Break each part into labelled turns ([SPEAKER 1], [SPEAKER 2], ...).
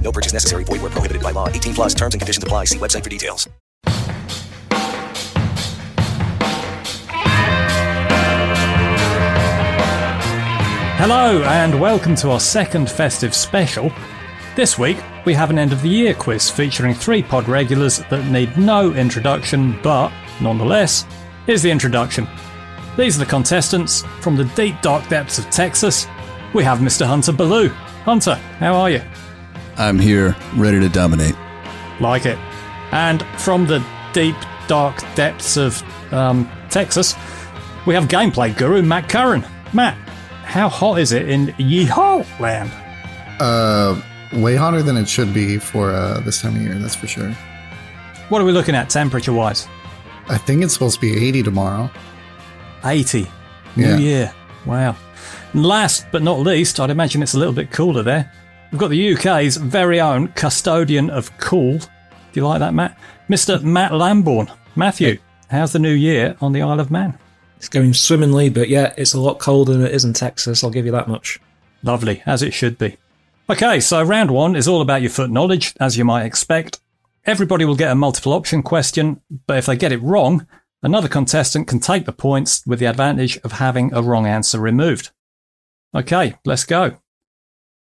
[SPEAKER 1] No purchase necessary. Void where prohibited by law. 18 plus terms and conditions apply. See website for details.
[SPEAKER 2] Hello, and welcome to our second festive special. This week, we have an end of the year quiz featuring three pod regulars that need no introduction, but nonetheless, here's the introduction. These are the contestants from the deep, dark depths of Texas. We have Mr. Hunter Ballou. Hunter, how are you?
[SPEAKER 3] I'm here, ready to dominate.
[SPEAKER 2] Like it. And from the deep, dark depths of um, Texas, we have gameplay guru Matt Curran. Matt, how hot is it in Yeehaw land?
[SPEAKER 4] Uh, way hotter than it should be for uh, this time of year. That's for sure.
[SPEAKER 2] What are we looking at temperature wise?
[SPEAKER 4] I think it's supposed to be 80 tomorrow.
[SPEAKER 2] 80.
[SPEAKER 4] Yeah.
[SPEAKER 2] New year. Oh, Wow. And last but not least, I'd imagine it's a little bit cooler there. We've got the UK's very own custodian of cool. Do you like that, Matt? Mr. Matt Lamborn. Matthew, how's the new year on the Isle of Man?
[SPEAKER 5] It's going swimmingly, but yeah, it's a lot colder than it is in Texas. I'll give you that much.
[SPEAKER 2] Lovely, as it should be. Okay, so round one is all about your foot knowledge, as you might expect. Everybody will get a multiple option question, but if they get it wrong, another contestant can take the points with the advantage of having a wrong answer removed. Okay, let's go.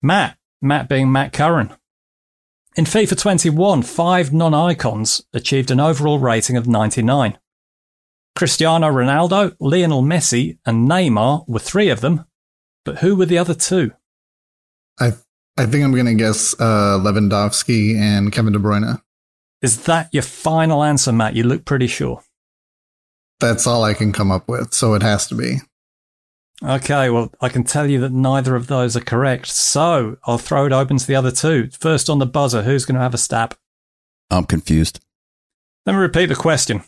[SPEAKER 2] Matt, Matt being Matt Curran. In FIFA 21, five non icons achieved an overall rating of 99. Cristiano Ronaldo, Lionel Messi, and Neymar were three of them, but who were the other two?
[SPEAKER 4] I I think I'm gonna guess uh, Lewandowski and Kevin De Bruyne.
[SPEAKER 2] Is that your final answer, Matt? You look pretty sure.
[SPEAKER 4] That's all I can come up with, so it has to be.
[SPEAKER 2] Okay, well, I can tell you that neither of those are correct. So I'll throw it open to the other two. First on the buzzer, who's going to have a stab?
[SPEAKER 3] I'm confused.
[SPEAKER 2] Let me repeat the question.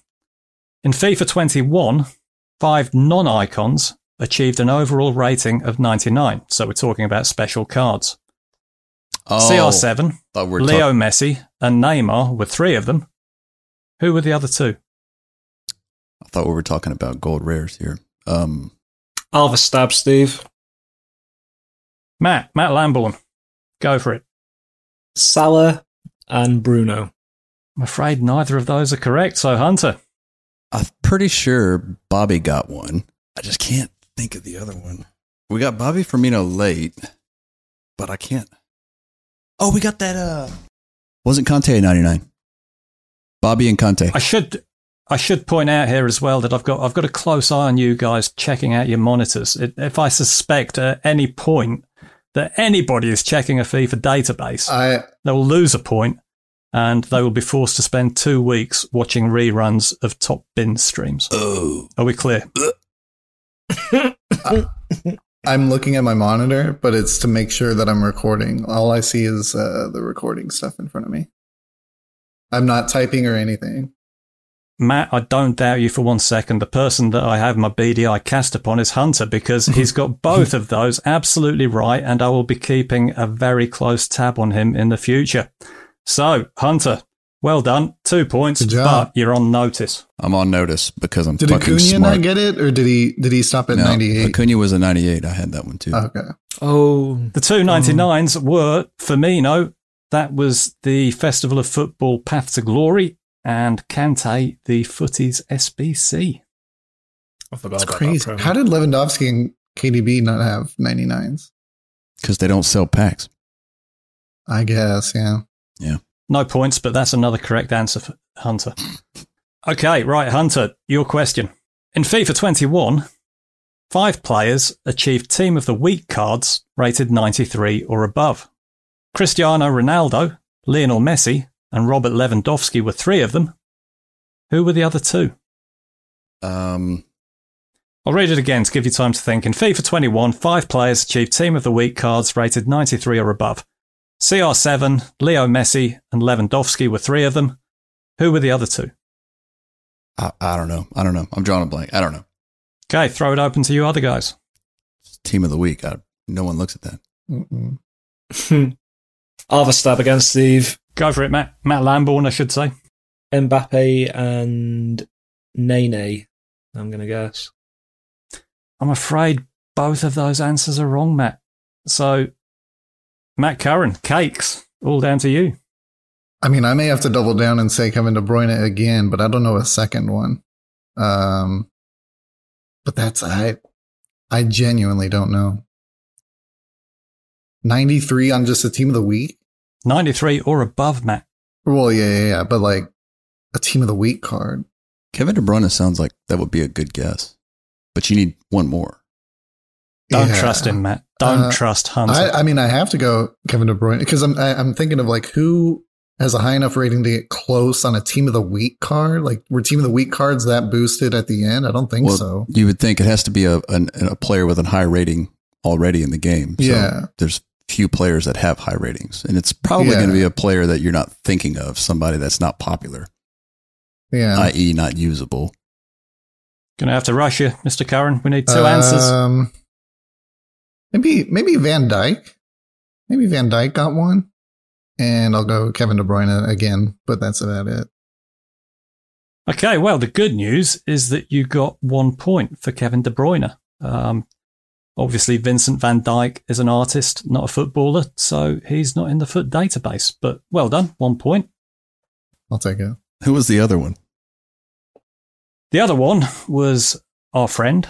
[SPEAKER 2] In FIFA 21, five non icons achieved an overall rating of 99. So we're talking about special cards.
[SPEAKER 3] Oh,
[SPEAKER 2] CR7,
[SPEAKER 3] thought we were
[SPEAKER 2] Leo
[SPEAKER 3] talk-
[SPEAKER 2] Messi, and Neymar were three of them. Who were the other two?
[SPEAKER 3] I thought we were talking about gold rares here. Um,
[SPEAKER 5] I'll have a stab, Steve.
[SPEAKER 2] Matt, Matt Lamborn. Go for it.
[SPEAKER 5] Salah and Bruno.
[SPEAKER 2] I'm afraid neither of those are correct. So, Hunter,
[SPEAKER 3] I'm pretty sure Bobby got one. I just can't think of the other one. We got Bobby Firmino late, but I can't. Oh, we got that. Uh, wasn't Conte a 99? Bobby and Conte.
[SPEAKER 2] I should I should point out here as well that I've got I've got a close eye on you guys checking out your monitors. If if I suspect at any point that anybody is checking a FIFA database,
[SPEAKER 4] I
[SPEAKER 2] they will lose a point and they will be forced to spend two weeks watching reruns of top bin streams.
[SPEAKER 3] oh,
[SPEAKER 2] Are we clear?
[SPEAKER 4] I'm looking at my monitor, but it's to make sure that I'm recording. All I see is uh, the recording stuff in front of me. I'm not typing or anything.
[SPEAKER 2] Matt, I don't doubt you for one second. The person that I have my BDI cast upon is Hunter because he's got both of those absolutely right, and I will be keeping a very close tab on him in the future. So, Hunter, Well done. Two points,
[SPEAKER 4] Good job.
[SPEAKER 2] but you're on notice.
[SPEAKER 3] I'm on notice because I'm
[SPEAKER 4] Did
[SPEAKER 3] fucking
[SPEAKER 4] Acuna
[SPEAKER 3] smart.
[SPEAKER 4] not get it, or did he? Did he stop at
[SPEAKER 3] No,
[SPEAKER 4] ninety eight?
[SPEAKER 3] Acuna was a 98. I had that one too.
[SPEAKER 4] Okay.
[SPEAKER 5] Oh,
[SPEAKER 2] The
[SPEAKER 4] Um,
[SPEAKER 2] two 99s were Firmino. That was the Festival of Football Path to Glory and Kante, the Footies SBC.
[SPEAKER 5] I forgot
[SPEAKER 4] That's
[SPEAKER 5] about
[SPEAKER 4] crazy.
[SPEAKER 5] that. promo.
[SPEAKER 4] How did Lewandowski and KDB not have 99s?
[SPEAKER 3] Because they don't sell packs.
[SPEAKER 4] I guess, yeah.
[SPEAKER 2] No points, but that's another correct answer for Hunter. Okay, right, Hunter, your question. In FIFA 21, five players achieved Team of the Week cards rated 93 or above. Cristiano Ronaldo, Lionel Messi, and Robert Lewandowski were three of them. Who were the other two?
[SPEAKER 3] Um,
[SPEAKER 2] I'll read it again to give you time to think. In FIFA 21, five players achieved Team of the Week cards rated 93 or above. CR7, Leo Messi, and Lewandowski were three of them. Who were the other two?
[SPEAKER 3] I, I don't know. I don't know. I'm drawing a blank. I don't know.
[SPEAKER 2] Okay, throw it open to you other guys.
[SPEAKER 3] It's team of the week. I, no one looks at that.
[SPEAKER 4] Mm-mm.
[SPEAKER 5] I'll have a stab against Steve.
[SPEAKER 2] Go for it, Matt. Matt Lamborn, I should say.
[SPEAKER 5] Mbappe and Nene. I'm gonna guess.
[SPEAKER 2] I'm afraid both of those answers are wrong, Matt. So, Matt Curran, cakes, all down to you.
[SPEAKER 4] I mean, I may have to double down and say Kevin De Bruyne again, but I don't know a second one. Um, but that's I, I genuinely don't know. Ninety three on just a team of the week.
[SPEAKER 2] 93 or above, Matt.
[SPEAKER 4] Well, yeah, yeah, yeah, but like a team of the week card.
[SPEAKER 3] Kevin De Bruyne sounds like that would be a good guess, but you need one more.
[SPEAKER 2] Don't
[SPEAKER 4] Yeah.
[SPEAKER 2] trust him, Matt. Don't
[SPEAKER 4] Uh,
[SPEAKER 2] trust Hunter.
[SPEAKER 4] I, I mean, I have to go Kevin De Bruyne because I'm I, I'm thinking of like who has a high enough rating to get close on a team of the week card. Like were team of the week cards that boosted at the end? I don't think
[SPEAKER 3] well,
[SPEAKER 4] so.
[SPEAKER 3] you would think it has to be a an, a player with a high rating already in the game.
[SPEAKER 4] Yeah.
[SPEAKER 3] there's few players that have high ratings, and it's probably
[SPEAKER 4] Yeah.
[SPEAKER 3] going to be a player that you're not thinking of, somebody that's not popular,
[SPEAKER 4] Yeah,
[SPEAKER 3] i.e., not usable.
[SPEAKER 2] Gonna have to rush you, Mr. Curran. We need two answers.
[SPEAKER 4] Um, maybe maybe Van Dyke. Maybe Van Dyke got one, and I'll go Kevin De Bruyne again. But that's about it.
[SPEAKER 2] Okay, well, the good news is that you got one point for Kevin De Bruyne. Um, obviously, Vincent van Dijk is an artist, not a footballer, so he's not in the foot database. But well done, one point.
[SPEAKER 4] I'll take it.
[SPEAKER 3] Who was the other one?
[SPEAKER 2] The other one was our friend,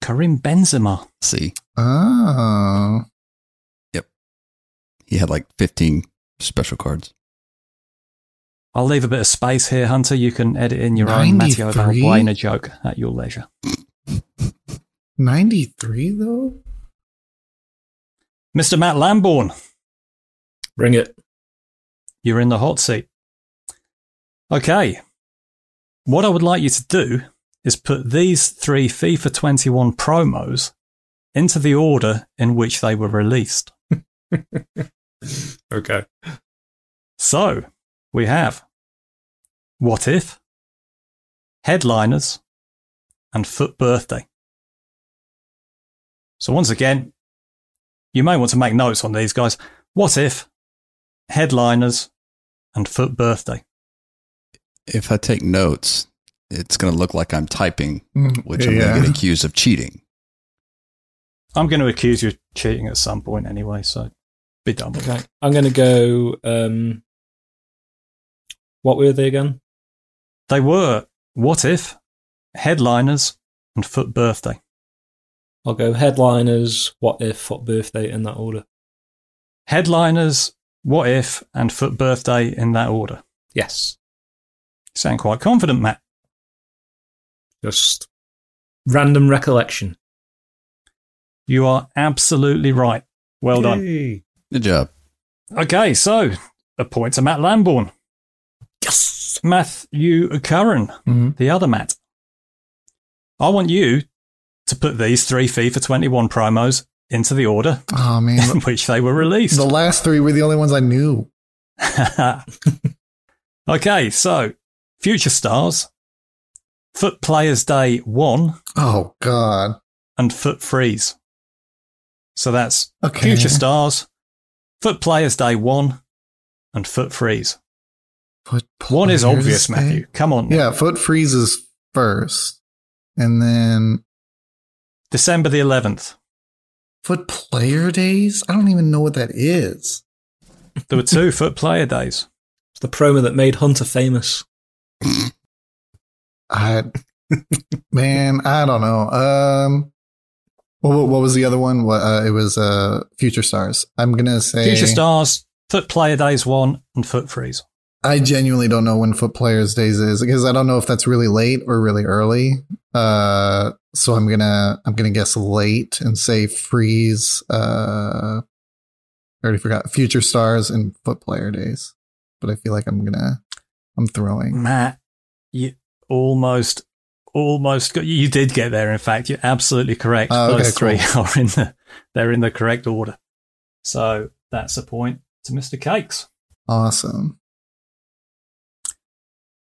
[SPEAKER 2] Karim Benzema.
[SPEAKER 3] See,
[SPEAKER 4] Oh,
[SPEAKER 3] he had like 15 special cards.
[SPEAKER 2] I'll leave a bit of space here, Hunter. You can edit in your own Matteo
[SPEAKER 4] 93?
[SPEAKER 2] Valbuena joke at your leisure.
[SPEAKER 4] 93 though.
[SPEAKER 2] Mr. Matt Lamborn,
[SPEAKER 5] Bring it.
[SPEAKER 2] You're in the hot seat. Okay. What I would like you to do is put these three FIFA 21 promos into the order in which they were released.
[SPEAKER 5] Okay.
[SPEAKER 2] So we have What If, Headliners, and Foot Birthday. So once again, you may want to make notes on these guys. What If, Headliners, and Foot Birthday.
[SPEAKER 3] If I take notes, it's going to look like I'm typing,
[SPEAKER 4] Mm,
[SPEAKER 3] which I'm going to get accused of cheating.
[SPEAKER 2] I'm going to accuse you of cheating at some point anyway, so be done with
[SPEAKER 5] Okay. I'm gonna go. Um, what were they again?
[SPEAKER 2] it. They were What If, Headliners, and Foot Birthday.
[SPEAKER 5] I'll go headliners. What if? What birthday? In that order.
[SPEAKER 2] Headliners, What If, and Foot Birthday in that order.
[SPEAKER 5] Yes.
[SPEAKER 2] You sound quite confident, Matt.
[SPEAKER 5] Just random recollection.
[SPEAKER 2] You are absolutely right. Well done.
[SPEAKER 5] Yay.
[SPEAKER 3] Good job.
[SPEAKER 2] Okay, so a point to Matt Lamborn. Yes. Matthew Curran,
[SPEAKER 4] Mhm.
[SPEAKER 2] the other Matt. I want you to put these three FIFA 21 promos into the order
[SPEAKER 4] Oh man,
[SPEAKER 2] in which they were released.
[SPEAKER 4] the last three were the only ones I knew.
[SPEAKER 2] okay, so Future Stars, Foot Players Day 1,
[SPEAKER 4] Oh God.
[SPEAKER 2] and Foot Freeze. So that's
[SPEAKER 4] Okay.
[SPEAKER 2] Future Stars, Foot Players Day 1, and Foot Freeze.
[SPEAKER 4] Foot
[SPEAKER 2] One is
[SPEAKER 4] players
[SPEAKER 2] obvious,
[SPEAKER 4] stay-
[SPEAKER 2] Matthew. Come on.
[SPEAKER 4] Yeah, foot freezes first, and then
[SPEAKER 2] December the 11th.
[SPEAKER 4] foot player days. I don't even know what that is.
[SPEAKER 2] There were two foot player days.
[SPEAKER 5] It's the promo that made Hunter famous.
[SPEAKER 4] I man, I don't know. Um, what, what- what was the other one? What uh, it was? Uh, Future Stars. I'm gonna say
[SPEAKER 2] Future Stars, Foot Player Days 1, and Foot Freeze.
[SPEAKER 4] I genuinely don't know when Foot Players Days is because I don't know if that's really late or really early. Uh, so I'm gonna I'm gonna guess late and say freeze. Uh, I already forgot Future Stars and Foot Player Days, but I feel like I'm gonna I'm throwing.
[SPEAKER 2] Matt, you almost, almost got, you did get there. In fact, you're absolutely correct.
[SPEAKER 4] Oh, okay,
[SPEAKER 2] Those three are in the, they're in the correct order. So that's a point to Mr. Cakes.
[SPEAKER 4] Awesome.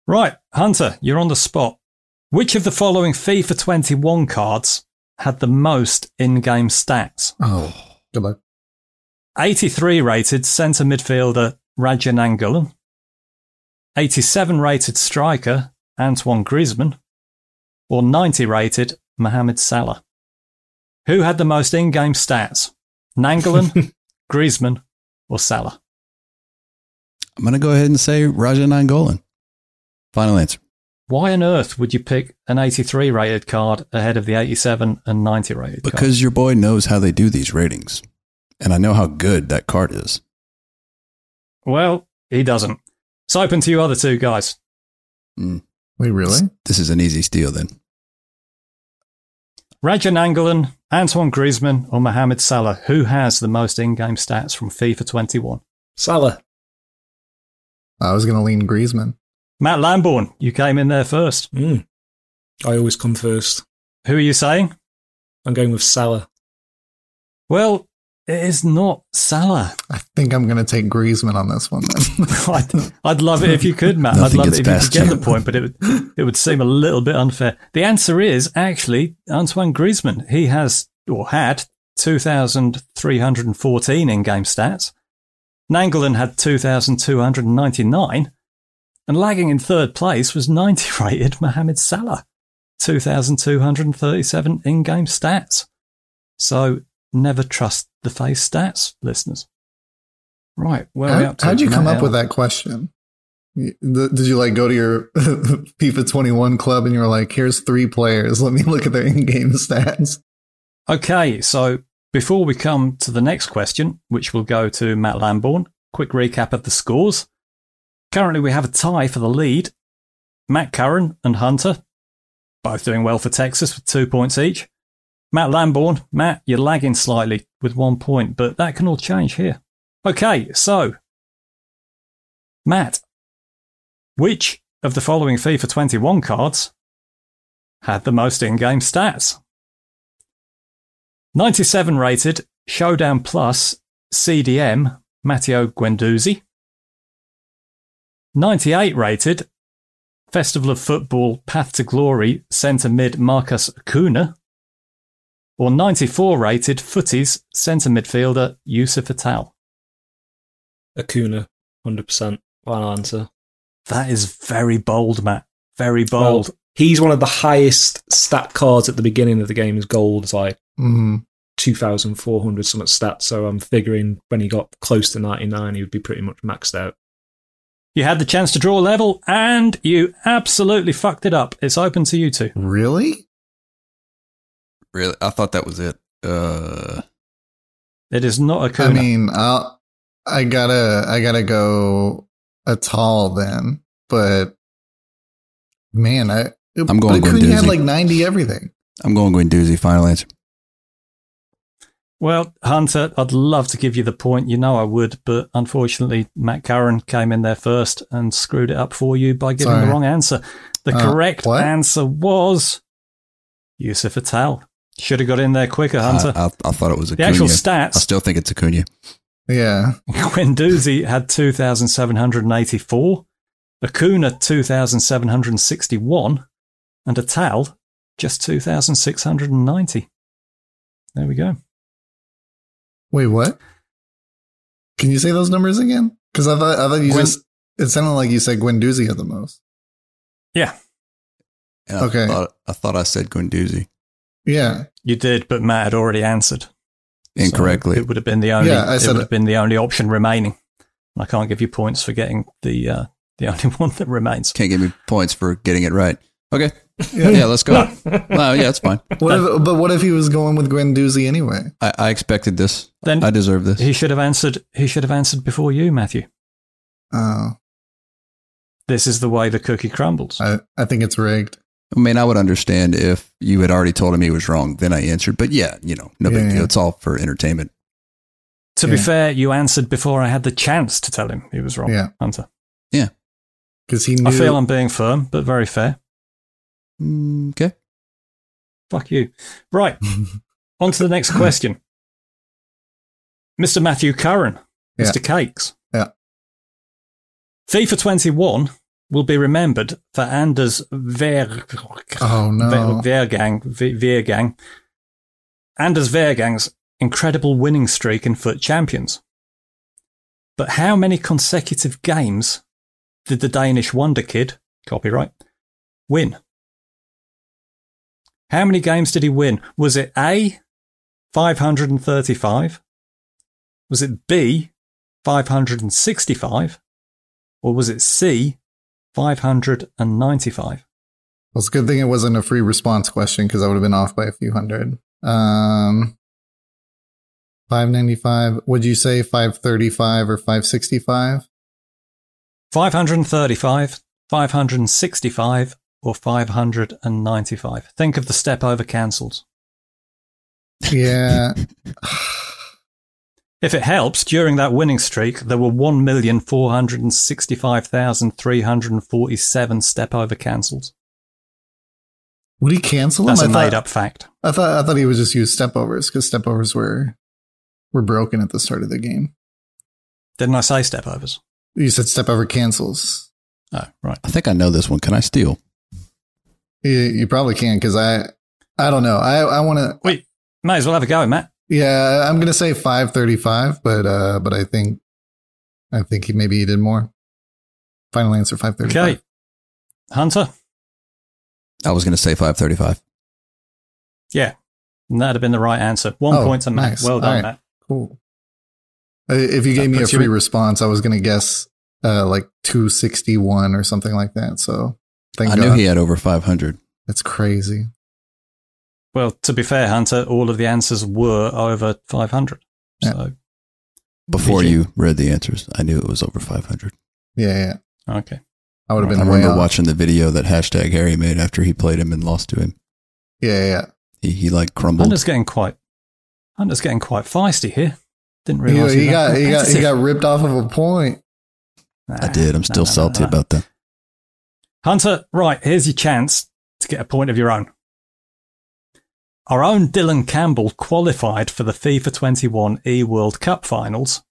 [SPEAKER 2] Right, Hunter, you're on the spot. Which of the following FIFA 21 cards had the most in-game stats?
[SPEAKER 4] Oh, good luck.
[SPEAKER 2] 83 rated centre midfielder Rajan Angulan, 87 rated striker Antoine Griezmann, or 90 rated Mohamed Salah. Who had the most in game stats? Nangolan, Griezmann, or Salah?
[SPEAKER 3] I'm going to go ahead and say Raja Nangolan. Final answer.
[SPEAKER 2] Why on earth would you pick an 83 rated card ahead of the 87 and 90 rated card?
[SPEAKER 3] Because your boy knows how they do these ratings. And I know how good that card is.
[SPEAKER 2] Well, he doesn't. It's open to you other two guys.
[SPEAKER 4] Wait, really?
[SPEAKER 3] This is an easy steal then.
[SPEAKER 2] Rajan Angolan, Antoine Griezmann, or Mohamed Salah? Who has the most in-game stats from FIFA 21?
[SPEAKER 5] Salah.
[SPEAKER 4] I was gonna lean Griezmann.
[SPEAKER 2] Matt Lamborn, you came in there first.
[SPEAKER 5] Mm. I always come first.
[SPEAKER 2] Who are you saying?
[SPEAKER 5] I'm going with Salah.
[SPEAKER 2] Well, it is not Salah.
[SPEAKER 4] I think I'm gonna take Griezmann on this one then.
[SPEAKER 2] I'd, I'd love it if you could, Matt. I'd
[SPEAKER 3] Nothing
[SPEAKER 2] love
[SPEAKER 3] gets
[SPEAKER 2] it if you could
[SPEAKER 3] past
[SPEAKER 2] get
[SPEAKER 3] you.
[SPEAKER 2] the point, but it would, it would seem a little bit unfair. The answer is actually Antoine Griezmann. He has or had 2,314 in-game stats. Nangolan had 2,299, and lagging in third place was 90-rated Mohamed Salah, 2,237 in-game stats. So never trust the face stats, listeners. Right, well,
[SPEAKER 4] How, how'd you come up with that question? Y- th- Did you like go to your FIFA 21 club and you were like, here's three players. Let me look at their in game stats.
[SPEAKER 2] Okay, so before we come to the next question, which will go to Matt Lamborn, quick recap of the scores. Currently, we have a tie for the lead. Matt Curran and Hunter, both doing well for Texas with two points each. Matt Lamborn, Matt, you're lagging slightly with one point, but that can all change here. Okay, so Matt, which of the following FIFA 21 cards had the most in game stats? 97 rated Showdown Plus CDM Matteo Guendouzi. 98 rated Festival of Football Path to Glory centre mid Marcus Acuna. Or 94 rated Footies centre midfielder Yusuf Atal.
[SPEAKER 5] Acuna, 100%. Final answer.
[SPEAKER 2] That is very bold, Matt. Very bold.
[SPEAKER 5] Well, he's one of the highest stat cards at the beginning of the game. His gold is like
[SPEAKER 4] Mhm.
[SPEAKER 5] 2,400 something stats. So I'm figuring when he got close to 99, he would be pretty much maxed out.
[SPEAKER 2] you had the chance to draw level and you absolutely fucked it up. It's open to you two.
[SPEAKER 4] Really?
[SPEAKER 3] Really? I thought that was it. Uh,
[SPEAKER 2] It is not Acuna.
[SPEAKER 4] I mean, I'll, I gotta, I gotta go a tall then, but man, I,
[SPEAKER 3] I'm going
[SPEAKER 4] but Acuna had
[SPEAKER 3] Guendouzi.
[SPEAKER 4] like 90 everything.
[SPEAKER 3] I'm going Gwendoozy. Final answer.
[SPEAKER 2] Well, Hunter, I'd love to give you the point. You know I would, but unfortunately, Matt Curran came in there first and screwed it up for you by giving
[SPEAKER 4] Sorry.
[SPEAKER 2] the wrong answer. The
[SPEAKER 4] Uh,
[SPEAKER 2] correct
[SPEAKER 4] what?
[SPEAKER 2] answer was Yusuf Atal. Should have got in there quicker, Hunter.
[SPEAKER 3] I, I, I thought it was Uh, Acuna.
[SPEAKER 2] the actual
[SPEAKER 3] I
[SPEAKER 2] stats
[SPEAKER 3] still think it's Acuna.
[SPEAKER 4] Yeah.
[SPEAKER 2] Guendouzi had 2,784, Acuna 2,761, and Atal just 2,690. There we go.
[SPEAKER 4] Wait, what? Can you say those numbers again? Because I thought, I thought you
[SPEAKER 2] Gwen-
[SPEAKER 4] just It sounded like you said Gwenduzia the most.
[SPEAKER 2] Yeah,
[SPEAKER 3] And I
[SPEAKER 4] Okay.
[SPEAKER 3] Thought, I thought I said Gwendouzi
[SPEAKER 4] Yeah.
[SPEAKER 2] you did, but Matt had already answered So
[SPEAKER 3] incorrectly.
[SPEAKER 2] it would have been the only.
[SPEAKER 4] Yeah, I
[SPEAKER 2] it
[SPEAKER 4] said
[SPEAKER 2] would
[SPEAKER 4] it.
[SPEAKER 2] have been the only option remaining. And I can't give you points for getting the uh, the only one that remains.
[SPEAKER 3] Can't give me points for getting it right. Okay.
[SPEAKER 4] Yeah.
[SPEAKER 3] Yeah, let's go. well, yeah, it's fine.
[SPEAKER 4] What if, but what if he was going with Gwendouzi anyway?
[SPEAKER 3] I, I expected this.
[SPEAKER 2] Then
[SPEAKER 3] I deserve this.
[SPEAKER 2] he should have answered. He should have answered before you, Matthew.
[SPEAKER 4] Oh,
[SPEAKER 2] This is the way the cookie crumbles.
[SPEAKER 4] I, I think it's rigged.
[SPEAKER 3] I mean, I would understand if you had already told him he was wrong, then I answered. But yeah, you know, no big
[SPEAKER 4] Yeah.
[SPEAKER 3] deal. It's all for entertainment.
[SPEAKER 2] to be
[SPEAKER 4] yeah.
[SPEAKER 2] fair, you answered before I had the chance to tell him he was wrong.
[SPEAKER 4] Yeah.
[SPEAKER 2] Hunter.
[SPEAKER 4] Because he knew.
[SPEAKER 2] I feel I'm being firm, but very fair.
[SPEAKER 4] Mm,
[SPEAKER 3] Okay.
[SPEAKER 2] Fuck you. Right. On to the next question. Mr. Matthew Curran,
[SPEAKER 4] Yeah.
[SPEAKER 2] Mr. Cakes.
[SPEAKER 4] Yeah.
[SPEAKER 2] FIFA 21 will be remembered for Anders Ver-
[SPEAKER 4] Oh, no.
[SPEAKER 2] Ver- Vergang. Ve- Vergang. Anders Vergang's incredible winning streak in Foot Champions. But how many consecutive games did the Danish Wonder Kid, copyright, win? How many games did he win? Was it A, 535? Was it B, 565? Or was it C, 595?
[SPEAKER 4] Well, it's a good thing it wasn't a free response question because I would have been off by a few hundred. Um, 595. Would you say 535 or 565?
[SPEAKER 2] 535, 565, or 595? Think of the step over cancels.
[SPEAKER 4] Yeah.
[SPEAKER 2] If it helps, during that winning streak, there were 1,465,347 step over cancels.
[SPEAKER 4] Would he cancel them?
[SPEAKER 2] That's a
[SPEAKER 4] I thought-
[SPEAKER 2] made up fact.
[SPEAKER 4] I thought I thought he was just use stepovers because stepovers were were broken at the start of the game.
[SPEAKER 2] Didn't I say step overs?
[SPEAKER 4] You said stepover cancels.
[SPEAKER 2] Oh, right.
[SPEAKER 3] I think I know this one. Can I steal?
[SPEAKER 4] You, you probably can because I I don't know. I I want to.
[SPEAKER 2] Wait, may as well have a go, Matt.
[SPEAKER 4] Yeah, I'm gonna say 535, but uh, but I think I think he maybe he did more. Final answer 535.
[SPEAKER 2] Okay. Hunter?
[SPEAKER 3] I was going to say 535.
[SPEAKER 2] Yeah. And that'd have been the right answer. One
[SPEAKER 4] Oh,
[SPEAKER 2] point to Matt.
[SPEAKER 4] nice.
[SPEAKER 2] Well
[SPEAKER 4] All
[SPEAKER 2] done,
[SPEAKER 4] right.
[SPEAKER 2] Matt.
[SPEAKER 4] Cool. Uh, If you gave
[SPEAKER 2] That
[SPEAKER 4] me a
[SPEAKER 2] puts you
[SPEAKER 4] free
[SPEAKER 2] in-
[SPEAKER 4] response, I was gonna guess uh like 261 or something like that. So thank
[SPEAKER 3] I
[SPEAKER 4] God.
[SPEAKER 3] knew he had over 500.
[SPEAKER 4] That's crazy.
[SPEAKER 2] Well, to be fair, Hunter, all of the answers were over 500.
[SPEAKER 4] Yeah.
[SPEAKER 2] So,
[SPEAKER 3] Before
[SPEAKER 2] Did you?
[SPEAKER 3] you read the answers, I knew it was over 500.
[SPEAKER 4] Yeah, yeah.
[SPEAKER 2] okay.
[SPEAKER 4] I would have been
[SPEAKER 3] I
[SPEAKER 4] way
[SPEAKER 3] remember
[SPEAKER 4] off.
[SPEAKER 3] watching the video that hashtag Harry made after he played him and lost to him.
[SPEAKER 4] Yeah, yeah, yeah.
[SPEAKER 3] He, he like crumbled.
[SPEAKER 2] Hunter's getting quite Hunter's getting quite feisty here. Didn't
[SPEAKER 4] He,
[SPEAKER 2] realise
[SPEAKER 4] he got he got he got ripped off of a point.
[SPEAKER 3] I did. I'm still salty about that.
[SPEAKER 2] Hunter, right, here's your chance to get a point of your own. Our own Dylan Campbell qualified for the FIFA 21 E World Cup finals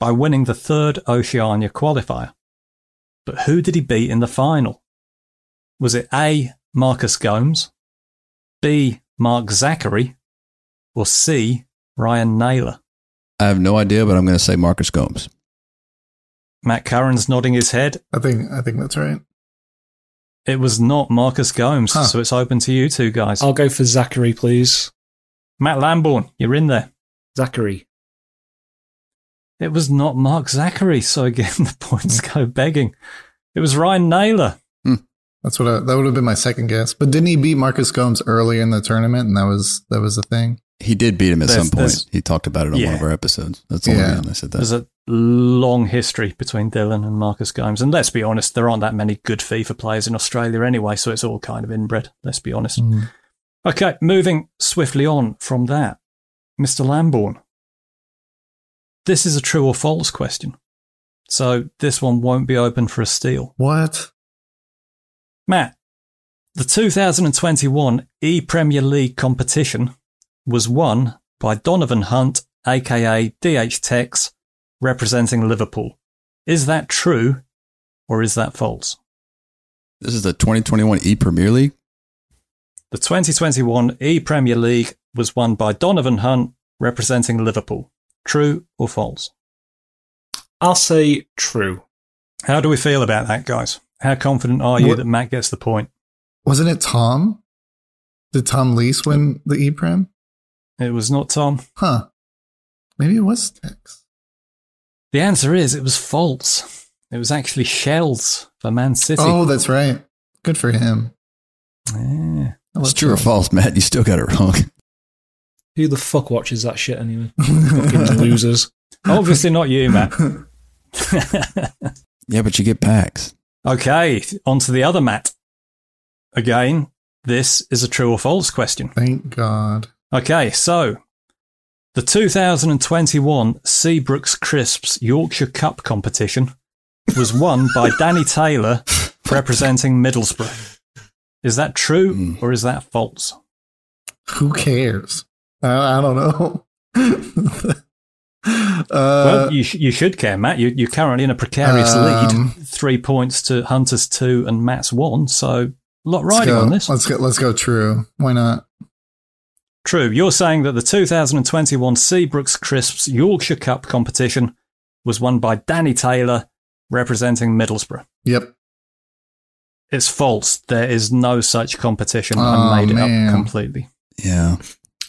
[SPEAKER 2] by winning the third Oceania qualifier. But who did he beat in the final? Was it A. Marcus Gomes, B. Mark Zachary, or C. Ryan Naylor?
[SPEAKER 3] I have no idea, but I'm going to say Marcus Gomes.
[SPEAKER 2] Matt Curran's nodding his head.
[SPEAKER 4] I think I think that's right.
[SPEAKER 2] It was not Marcus Gomes,
[SPEAKER 4] Huh.
[SPEAKER 2] so it's open to you two guys.
[SPEAKER 5] I'll go for Zachary, please.
[SPEAKER 2] Matt Lamborn, you're in there.
[SPEAKER 5] Zachary.
[SPEAKER 2] It was not Mark Zachary, so again the points go begging. It was Ryan Naylor.
[SPEAKER 4] That's what I, that would have been my second guess. But didn't he beat Marcus Gomes early in the tournament, and that was that was the thing.
[SPEAKER 3] He did beat him at
[SPEAKER 2] There's-
[SPEAKER 3] some point.
[SPEAKER 2] there's-
[SPEAKER 3] He talked about it on one
[SPEAKER 2] Yeah.
[SPEAKER 3] of our episodes. That's the only
[SPEAKER 4] Yeah.
[SPEAKER 3] reason I said that.
[SPEAKER 2] There's a long history between Dylan and Marcus Gomes, and let's be honest, there aren't that many good FIFA players in Australia anyway, so it's all kind of inbred. Let's be honest. Okay, moving swiftly on from that, Mr. Lamborn. This is a true or false question, so this one won't be open for a steal.
[SPEAKER 4] What?
[SPEAKER 2] Matt, the 2021 E Premier League competition was won by Donovan Hunt, aka DH Tex, representing Liverpool. Is that true or is that false?
[SPEAKER 3] This is the 2021 E Premier League.
[SPEAKER 2] The 2021 E Premier League was won by Donovan Hunt, representing Liverpool. True or false?
[SPEAKER 5] I'll say true.
[SPEAKER 2] How do we feel about that, guys? How confident are you
[SPEAKER 4] What-
[SPEAKER 2] that Matt gets the point?
[SPEAKER 4] Wasn't it Tom? Did Tom Lease win the E Prem?
[SPEAKER 2] It was not Tom.
[SPEAKER 4] Huh. Maybe it was Tex.
[SPEAKER 2] The answer is it was false. It was actually shells for Man City.
[SPEAKER 4] Oh, that's right. Good for him.
[SPEAKER 2] Yeah.
[SPEAKER 4] I
[SPEAKER 3] It's
[SPEAKER 4] love
[SPEAKER 3] true or
[SPEAKER 4] Tom.
[SPEAKER 3] false, Matt. You still got it wrong.
[SPEAKER 5] Who the fuck watches that shit anyway? Fucking losers.
[SPEAKER 2] Obviously not you, Matt.
[SPEAKER 3] Yeah, but you get packs.
[SPEAKER 2] okay, on to the other Matt. Again, this is a true or false question.
[SPEAKER 4] Thank God.
[SPEAKER 2] Okay, so the 2021 Seabrooks Crisps Yorkshire Cup competition was won by Danny Taylor representing Middlesbrough. Is that true or is that false?
[SPEAKER 4] Who cares? I, I don't know. uh,
[SPEAKER 2] well, you, sh- you should care, Matt. You, you're currently in a precarious
[SPEAKER 4] um,
[SPEAKER 2] lead. Three points to Hunter's two and Matt's one. So, a lot
[SPEAKER 4] let's
[SPEAKER 2] riding
[SPEAKER 4] go.
[SPEAKER 2] on this.
[SPEAKER 4] Let's go. Let's go. True. Why not?
[SPEAKER 2] True. You're saying that the 2021 Seabrooks Crisps Yorkshire Cup competition was won by Danny Taylor representing Middlesbrough.
[SPEAKER 4] Yep.
[SPEAKER 2] It's false. There is no such competition.
[SPEAKER 4] Oh,
[SPEAKER 2] I made it
[SPEAKER 4] man.
[SPEAKER 2] up completely.
[SPEAKER 3] Yeah.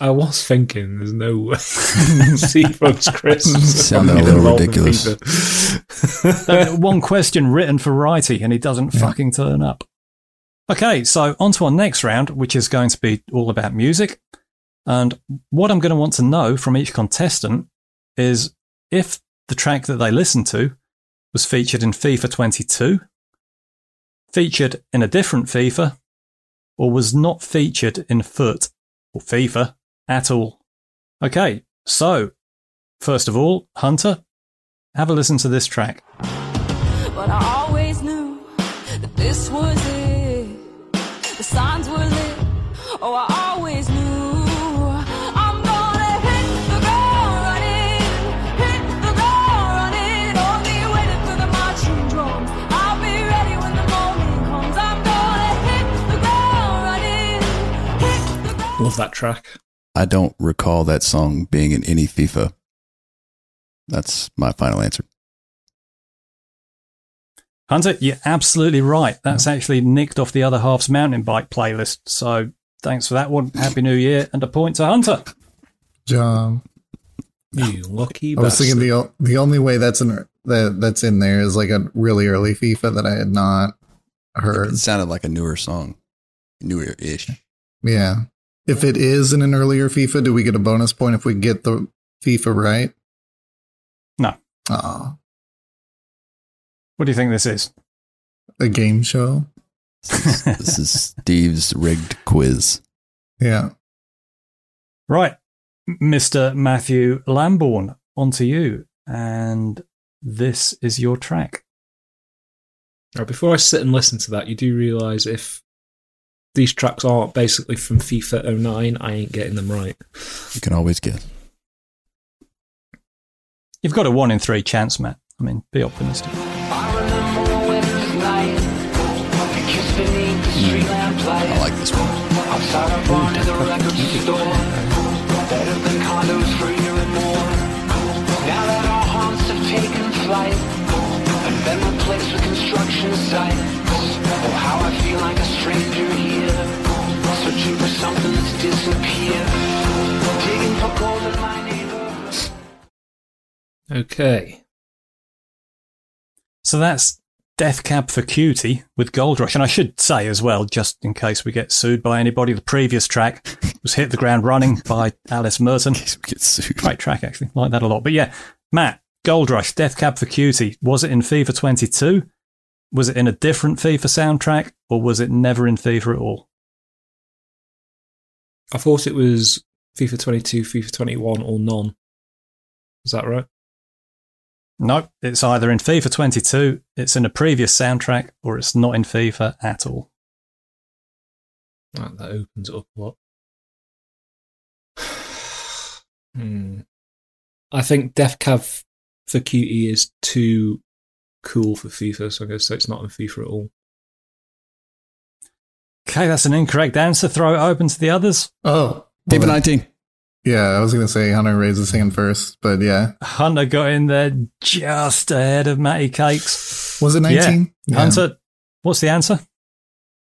[SPEAKER 5] I was thinking there's no way. Seafoam's crisps.
[SPEAKER 3] Sounded a little
[SPEAKER 5] Involved in
[SPEAKER 3] ridiculous.
[SPEAKER 5] FIFA.
[SPEAKER 2] That one question written for righty and he doesn't fucking turn up. Okay, so on to our next round, which is going to be all about music. And what I'm going to want to know from each contestant is if the track that they listened to was featured in FIFA 22, featured in a different FIFA, or was not featured in Foot or FIFA at all. Okay, so first of all, Hunter, have a listen to this track.
[SPEAKER 6] But I always knew that this was it. The signs were lit. Oh, I always knew. I'm gonna hit the ground running. Hit the ground running. Only waiting for the marching drums. I'll be ready when the morning comes. I'm gonna hit the ground running. Hit the ground
[SPEAKER 5] Love that track.
[SPEAKER 3] I don't recall that song being in any FIFA. That's my final answer.
[SPEAKER 2] Hunter, you're absolutely right. That's actually nicked off the other half's mountain bike playlist. So thanks for that one. Happy New Year and a point to Hunter.
[SPEAKER 4] Job.
[SPEAKER 5] You lucky
[SPEAKER 4] I was thinking the o- the only way that's in that that's in there is like a really early FIFA that I had not heard.
[SPEAKER 3] It sounded like a newer song, newer ish.
[SPEAKER 4] Yeah. If it is in an earlier FIFA, do we get a bonus point if we get the FIFA right?
[SPEAKER 2] No.
[SPEAKER 4] Oh,
[SPEAKER 2] What do you think this is?
[SPEAKER 4] a game show.
[SPEAKER 3] This is Steve's rigged quiz.
[SPEAKER 4] Yeah.
[SPEAKER 2] Right. M- Mr. Matthew Lamborn, on to you. And this is your track.
[SPEAKER 5] Now, before I sit and listen to that, you do realise if these tracks aren't basically from FIFA 09, I ain't getting them right.
[SPEAKER 3] You can always guess.
[SPEAKER 2] You've got a one in three chance, Matt. I mean, be optimistic.
[SPEAKER 3] I like this one.
[SPEAKER 5] Okay.
[SPEAKER 2] So that's Death Cab for Cutie with Gold Rush. And I should say as well, just in case we get sued by anybody, the previous track was Hit the Ground Running by Alice Merton.
[SPEAKER 3] Get sued.
[SPEAKER 2] Great track, actually. Like that a lot. But yeah, Matt, Gold Rush, Death Cab for Cutie. Was it in FIFA 22? Was it in a different FIFA soundtrack? Or was it never in FIFA at all?
[SPEAKER 5] I thought it was FIFA 22, FIFA 21, or none. Is that right?
[SPEAKER 2] Nope. It's either in FIFA 22, it's in a previous soundtrack, or it's not in FIFA at all.
[SPEAKER 5] Right, that opens it up a lot. Hmm. I think Def Cav for QE is too cool for FIFA, so I guess it's not in FIFA at all.
[SPEAKER 2] Okay, that's an incorrect answer. Throw it open to the others.
[SPEAKER 4] Oh,
[SPEAKER 3] FIFA 19.
[SPEAKER 4] Yeah, I was gonna say Hunter raised his hand first, but yeah,
[SPEAKER 2] Hunter got in there just ahead of Matty Cakes.
[SPEAKER 4] Was it 19?
[SPEAKER 2] Yeah.
[SPEAKER 4] Yeah.
[SPEAKER 2] Hunter, what's the answer?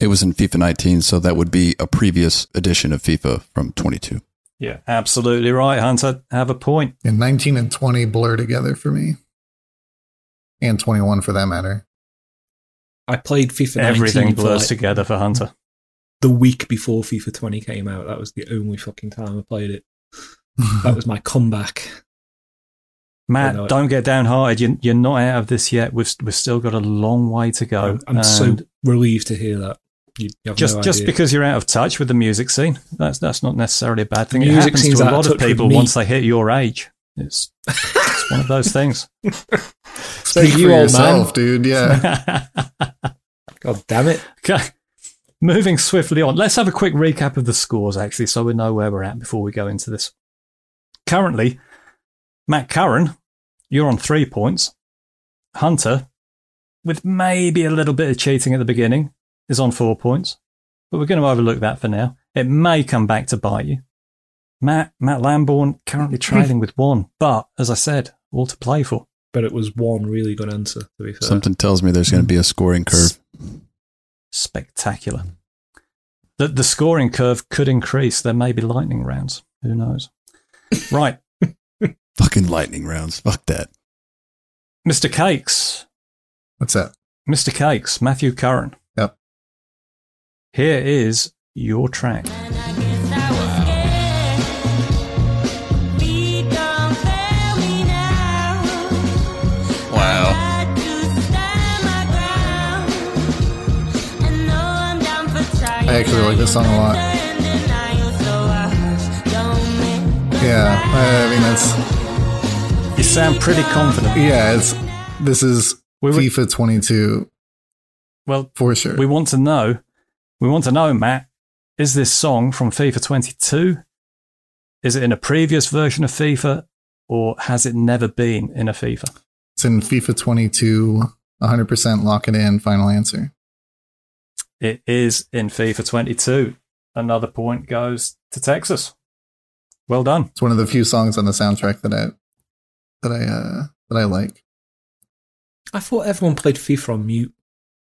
[SPEAKER 3] It was in FIFA 19, so that would be a previous edition of FIFA from 22.
[SPEAKER 2] Yeah, absolutely right, Hunter. Have a point.
[SPEAKER 4] and 19 and 20 blur together for me, and 21 for that matter.
[SPEAKER 5] I played FIFA 19
[SPEAKER 2] Everything
[SPEAKER 5] for,
[SPEAKER 2] blurs
[SPEAKER 5] like,
[SPEAKER 2] together for Hunter.
[SPEAKER 5] the week before FIFA 20 came out. That was the only fucking time I played it. that was my comeback.
[SPEAKER 2] Matt,
[SPEAKER 5] I know it.
[SPEAKER 2] don't get downhearted. You're, you're not out of this yet. We've, we've still got a long way to go.
[SPEAKER 5] I'm, I'm so
[SPEAKER 2] Oh, And
[SPEAKER 5] relieved to hear that. You, you have
[SPEAKER 2] just
[SPEAKER 5] no
[SPEAKER 2] just
[SPEAKER 5] idea.
[SPEAKER 2] because you're out of touch with the music scene, that's that's not necessarily a bad thing. It
[SPEAKER 5] Music
[SPEAKER 2] happens
[SPEAKER 5] scene's
[SPEAKER 2] to a
[SPEAKER 5] out of
[SPEAKER 2] lot of
[SPEAKER 5] touch with
[SPEAKER 2] people
[SPEAKER 5] me.
[SPEAKER 2] once they hit your age. It's, it's one of those things.
[SPEAKER 4] Speak
[SPEAKER 5] for
[SPEAKER 4] for
[SPEAKER 5] you, old
[SPEAKER 4] yourself,
[SPEAKER 5] man.
[SPEAKER 4] dude. Yeah,
[SPEAKER 5] God damn it.
[SPEAKER 2] Okay. Moving swiftly on, let's have a quick recap of the scores, actually, so we know where we're at before we go into this. Currently, Matt Curran, you're on three points. Hunter, with maybe a little bit of cheating at the beginning, is on four points. But we're going to overlook that for now. It may come back to bite you. Matt, Matt Lamborn currently trailing with one, but as I said, all to play for.
[SPEAKER 5] But it was one really good answer, to be fair.
[SPEAKER 3] Something tells me there's going to be a scoring curve.
[SPEAKER 2] spectacular. The, the scoring curve could increase. There may be lightning rounds. Who knows? right,
[SPEAKER 3] Fucking lightning rounds. Fuck that.
[SPEAKER 2] Mr. Cakes,
[SPEAKER 4] what's that?
[SPEAKER 2] Mr. Cakes, Matthew Curran.
[SPEAKER 4] Yep.
[SPEAKER 2] Here is your track.
[SPEAKER 3] Wow.
[SPEAKER 4] I actually like this song a lot. Yeah, I mean that's
[SPEAKER 2] You sound pretty confident.
[SPEAKER 4] yeah. It's this is
[SPEAKER 2] We were-
[SPEAKER 4] FIFA 22
[SPEAKER 2] Well,
[SPEAKER 4] for sure.
[SPEAKER 2] we want to know. We want to know, Matt. Is this song from FIFA 22? Is it in a previous version of FIFA, or has it never been in a FIFA?
[SPEAKER 4] It's in FIFA 22. 100% lock it in. Final answer.
[SPEAKER 2] It is in FIFA 22. Another point goes to Texas. Well done.
[SPEAKER 4] It's one of the few songs on the soundtrack that I that I uh, that I like.
[SPEAKER 5] I thought everyone played FIFA on mute.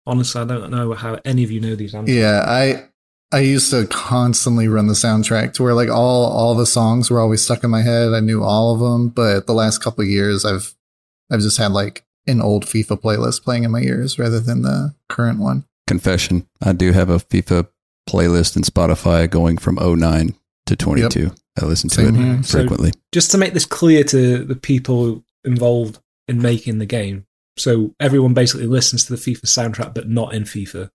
[SPEAKER 5] Honestly, I don't know how any of you know these answers.
[SPEAKER 4] Yeah, I I used to constantly run the soundtrack to where like all all the songs were always stuck in my head. I knew all of them, but the last couple of years I've I've just had like an old FIFA playlist playing in my ears rather than the current one.
[SPEAKER 3] Confession. I do have a FIFA playlist in Spotify going from 09 to 22. I listen to
[SPEAKER 4] Same
[SPEAKER 3] it
[SPEAKER 4] here.
[SPEAKER 5] So-
[SPEAKER 3] frequently.
[SPEAKER 5] Just to make this clear to the people involved in making the game. So everyone basically listens to the FIFA soundtrack, but not in FIFA.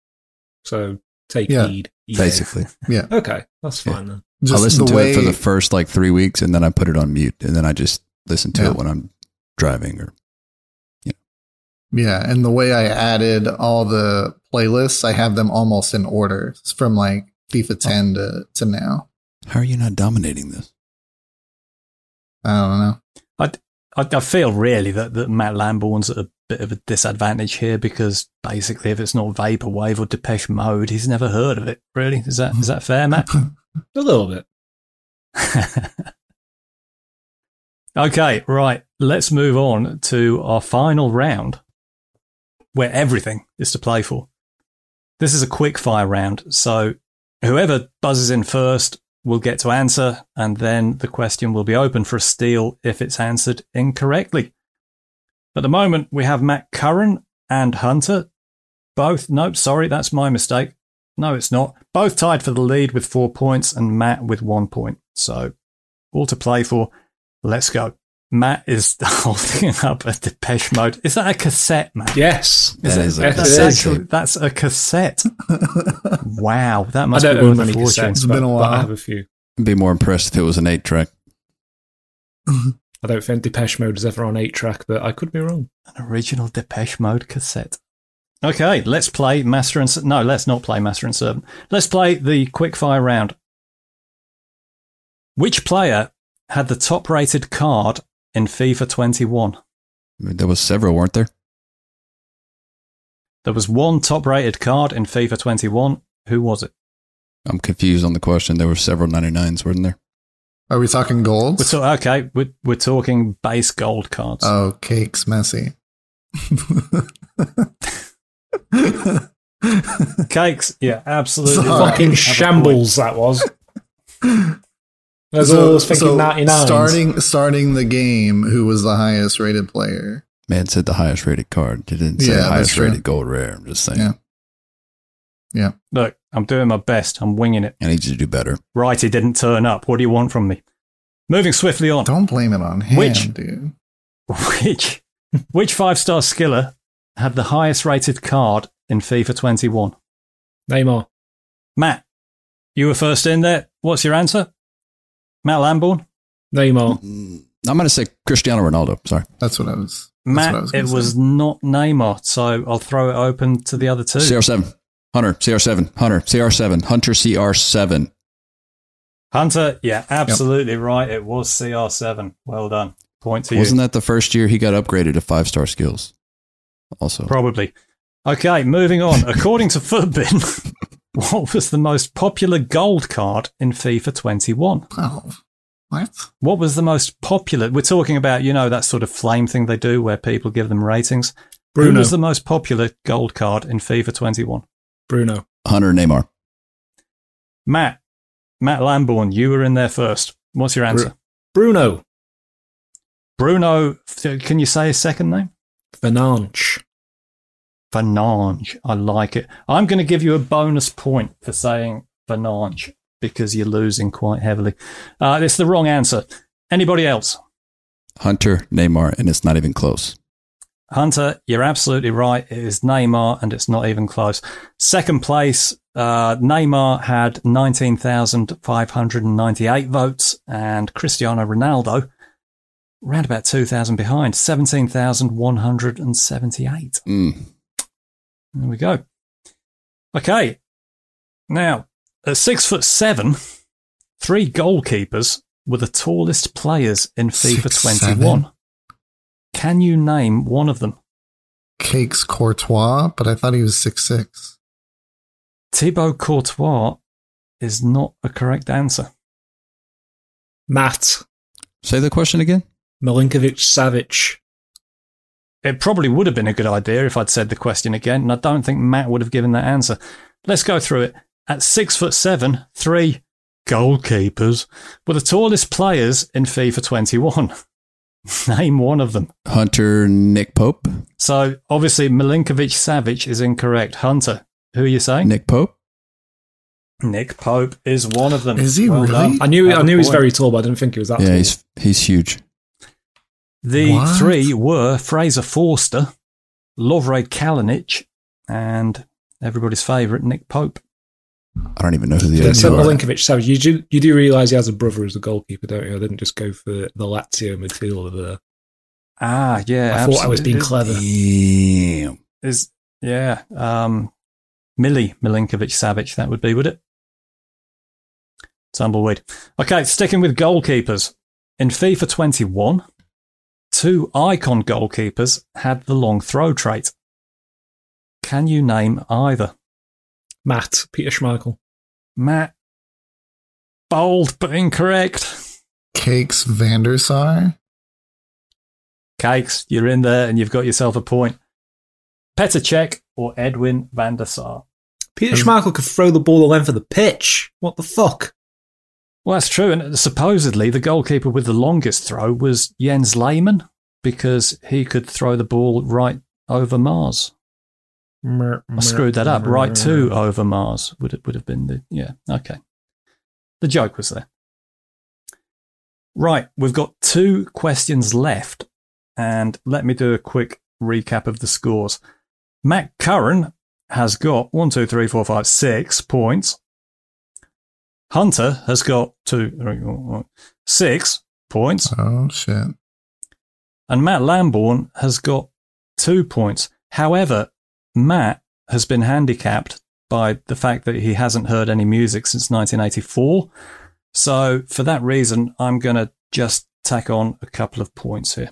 [SPEAKER 5] So take
[SPEAKER 4] Yeah.
[SPEAKER 5] heed. EA.
[SPEAKER 3] Basically,
[SPEAKER 4] Yeah,
[SPEAKER 5] Okay, that's fine then.
[SPEAKER 3] I listen to
[SPEAKER 4] way,
[SPEAKER 3] it for the first like three weeks, and then I put it on mute, and then I just listen to
[SPEAKER 4] Yeah.
[SPEAKER 3] it when I'm driving or
[SPEAKER 4] yeah, and the way I added all the playlists, I have them almost in order It's from like
[SPEAKER 2] Oh.
[SPEAKER 4] FIFA 10 to to now.
[SPEAKER 3] How are you not dominating this?
[SPEAKER 4] I don't know.
[SPEAKER 2] I, I feel really that, that Matt Lamborn's at a bit of a disadvantage here because basically, if it's not Vaporwave or Depeche Mode, he's never heard of it, really. Is that, is that fair, Matt?
[SPEAKER 5] A little bit.
[SPEAKER 2] okay, right. Let's move on to our final round where everything is to play for. This is a quick fire round, so whoever buzzes in first will get to answer, and then the question will be open for a steal if it's answered incorrectly. At the moment, we have Matt Curran and Hunter. Both, nope, sorry, that's my mistake. No, it's not. Both tied for the lead with four points and Matt with one point. So all to play for. Let's go. Matt is holding up a Depeche Mode. Is that a cassette, Matt?
[SPEAKER 5] Yes.
[SPEAKER 3] That is
[SPEAKER 5] it-
[SPEAKER 3] a
[SPEAKER 5] that's
[SPEAKER 2] That's,
[SPEAKER 5] it.
[SPEAKER 3] cassette.
[SPEAKER 2] actually, that's a cassette. wow, that must be
[SPEAKER 5] I don't own
[SPEAKER 2] worth a
[SPEAKER 5] many
[SPEAKER 2] fortune.
[SPEAKER 5] cassettes,
[SPEAKER 4] It's been
[SPEAKER 5] but,
[SPEAKER 4] a
[SPEAKER 5] but I
[SPEAKER 4] while.
[SPEAKER 5] have a few.
[SPEAKER 3] I'd be more impressed if it was an eight track.
[SPEAKER 5] I don't think Depeche Mode is ever on eight track, but I could be wrong.
[SPEAKER 2] An original Depeche Mode cassette. Okay, let's play Master and Ser- No, let's not play Master and Servant. Let's play the quickfire round. Which player had the top rated card in FIFA 21?
[SPEAKER 3] There was several, weren't there?
[SPEAKER 2] There was one top rated card in FIFA 21. Who was it?
[SPEAKER 3] I'm confused on the question. There were several 99s, weren't there?
[SPEAKER 4] Are we talking golds?
[SPEAKER 2] We're ta- okay, we're, we're talking base gold cards.
[SPEAKER 4] Oh, cakes messy.
[SPEAKER 2] Cakes, yeah, absolutely.
[SPEAKER 4] Sorry.
[SPEAKER 2] Fucking
[SPEAKER 5] Fucking shambles that was. There's
[SPEAKER 4] So-
[SPEAKER 5] always thinking
[SPEAKER 4] so
[SPEAKER 5] 99s.
[SPEAKER 4] starting starting the game, who was the highest rated player?
[SPEAKER 3] Man said the highest rated card. It didn't say
[SPEAKER 4] Yeah, that's
[SPEAKER 3] highest
[SPEAKER 4] true.
[SPEAKER 3] rated gold rare. I'm just saying.
[SPEAKER 4] Yeah. Yeah.
[SPEAKER 2] Look, I'm doing my best. I'm winging it.
[SPEAKER 3] I need you to do better.
[SPEAKER 2] Right, he didn't turn up. What do you want from me? Moving swiftly on.
[SPEAKER 4] Don't blame it on him,
[SPEAKER 2] Which-
[SPEAKER 4] dude.
[SPEAKER 2] Which which five star skiller had the highest rated card in FIFA 21?
[SPEAKER 5] Neymar.
[SPEAKER 2] Matt, you were first in there. What's your answer? Matt Lamborn?
[SPEAKER 5] Neymar.
[SPEAKER 3] Mm, I'm going to say Cristiano Ronaldo. Sorry.
[SPEAKER 4] That's what I was. that's
[SPEAKER 2] Matt,
[SPEAKER 4] what I was
[SPEAKER 2] it
[SPEAKER 4] gonna
[SPEAKER 2] was
[SPEAKER 4] say.
[SPEAKER 2] not Neymar, so I'll throw it open to the other two.
[SPEAKER 3] CR7. Hunter. CR7. Hunter. CR7. Hunter. CR7.
[SPEAKER 2] Hunter, yeah, absolutely right. It was CR7. Well done. Point to
[SPEAKER 3] Wasn't
[SPEAKER 2] you.
[SPEAKER 3] that the first year he got upgraded to five star skills? Also,
[SPEAKER 2] Probably. Okay, moving on. According to Footbin, what was the most popular gold card in FIFA 21?
[SPEAKER 4] twelve. What?
[SPEAKER 2] What was the most popular? We're talking about, you know, that sort of flame thing they do where people give them ratings. Who
[SPEAKER 5] Bruno.
[SPEAKER 2] was the most popular gold card in FIFA 21?
[SPEAKER 5] Bruno.
[SPEAKER 3] Hunter Neymar.
[SPEAKER 2] Matt, Matt Lamborn, you were in there first. What's your answer?
[SPEAKER 5] Bruno.
[SPEAKER 2] Bruno, can you say his second name?
[SPEAKER 5] Fernandes.
[SPEAKER 2] Fanange. I like it. I'm going to give you a bonus point for saying Fanange because you're losing quite heavily. Uh, it's the wrong answer. Anybody else?
[SPEAKER 3] Hunter Neymar, and it's not even close.
[SPEAKER 2] Hunter, you're absolutely right. It is Neymar, and it's not even close. Second place, uh, Neymar had 19,598 votes, and Cristiano Ronaldo, round about 2,000 behind, 17,178.
[SPEAKER 3] Mm.
[SPEAKER 2] There we go. Okay. Now, at six foot seven, three goalkeepers were the tallest players in FIFA
[SPEAKER 4] Six,
[SPEAKER 2] 21. Can you name one of them?
[SPEAKER 4] Cakes Courtois, but I thought he was six six.
[SPEAKER 2] Thibaut Courtois is not a correct answer.
[SPEAKER 5] Matt.
[SPEAKER 3] Say the question again.
[SPEAKER 5] Milinkovic Savic.
[SPEAKER 2] It probably would have been a good idea if I'd said the question again, and I don't think Matt would have given that answer. Let's go through it. At six foot seven, three goalkeepers were the tallest players in FIFA 21. Name one of them.
[SPEAKER 3] Hunter Nick Pope.
[SPEAKER 2] So obviously Milinkovic Savic is incorrect. Hunter, who are you saying?
[SPEAKER 3] Nick Pope.
[SPEAKER 2] Nick Pope is one of them.
[SPEAKER 4] Is he really?
[SPEAKER 2] done.
[SPEAKER 5] I knew I
[SPEAKER 2] Have a
[SPEAKER 5] knew he's
[SPEAKER 2] point.
[SPEAKER 5] very tall, but I didn't think he was that
[SPEAKER 3] Yeah,
[SPEAKER 5] tall.
[SPEAKER 3] he's he's huge.
[SPEAKER 2] The
[SPEAKER 4] What?
[SPEAKER 2] three were Fraser Forster, Lovre Kalinic, and everybody's favourite Nick Pope.
[SPEAKER 3] I don't even know who the
[SPEAKER 5] Yeah,
[SPEAKER 3] other
[SPEAKER 5] so
[SPEAKER 3] two are.
[SPEAKER 5] Milinkovic Savic. You do you do realise he has a brother as a goalkeeper, don't you? I didn't just go for the Lazio midfielder there.
[SPEAKER 2] Ah, yeah.
[SPEAKER 5] I thought I was being
[SPEAKER 2] absolutely.
[SPEAKER 5] clever.
[SPEAKER 3] Damn.
[SPEAKER 2] Is yeah. Um, Millie Milinkovic Savic. That would be, would it? Tumbleweed. Okay, sticking with goalkeepers in FIFA 21, two icon goalkeepers had the long throw trait. Can you name either?
[SPEAKER 5] Matt Peter Schmeichel.
[SPEAKER 2] Matt. Bold but incorrect.
[SPEAKER 4] Cakes Vandersar.
[SPEAKER 2] Cakes, you're in there and you've got yourself a point. Petr Cech or Edwin van der Sar.
[SPEAKER 5] Peter Schmeichel could throw the ball the length of the pitch. What the fuck?
[SPEAKER 2] Well, that's true. And supposedly the goalkeeper with the longest throw was Jens Lehmann because he could throw the ball right over Mars. I screwed that up. Right two over Mars would it would have been the yeah okay. The joke was there. Right, we've got two questions left, and let me do a quick recap of the scores. Matt Curran has got one, two, three, four, five, six points. Hunter has got two, three, four, five, six points.
[SPEAKER 4] Oh shit.
[SPEAKER 2] And Matt Lamborn has got two points. However, Matt has been handicapped by the fact that he hasn't heard any music since 1984. So, for that reason, I'm going to just tack on a couple of points here.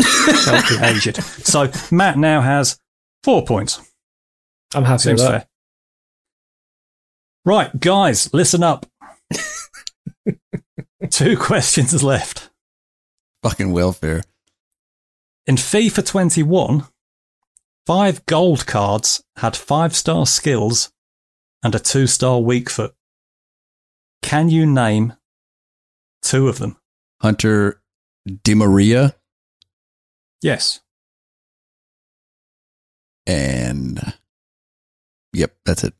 [SPEAKER 2] Felt the aged. So, Matt now has four points.
[SPEAKER 5] I'm happy with
[SPEAKER 2] Seems
[SPEAKER 5] that.
[SPEAKER 2] fair. Right, guys, listen up. Two questions left.
[SPEAKER 3] Fucking welfare.
[SPEAKER 2] In FIFA 21, five gold cards had five star skills and a two star weak foot. Can you name two of them?
[SPEAKER 3] Hunter Di Maria
[SPEAKER 2] Yes.
[SPEAKER 3] and yep, that's it.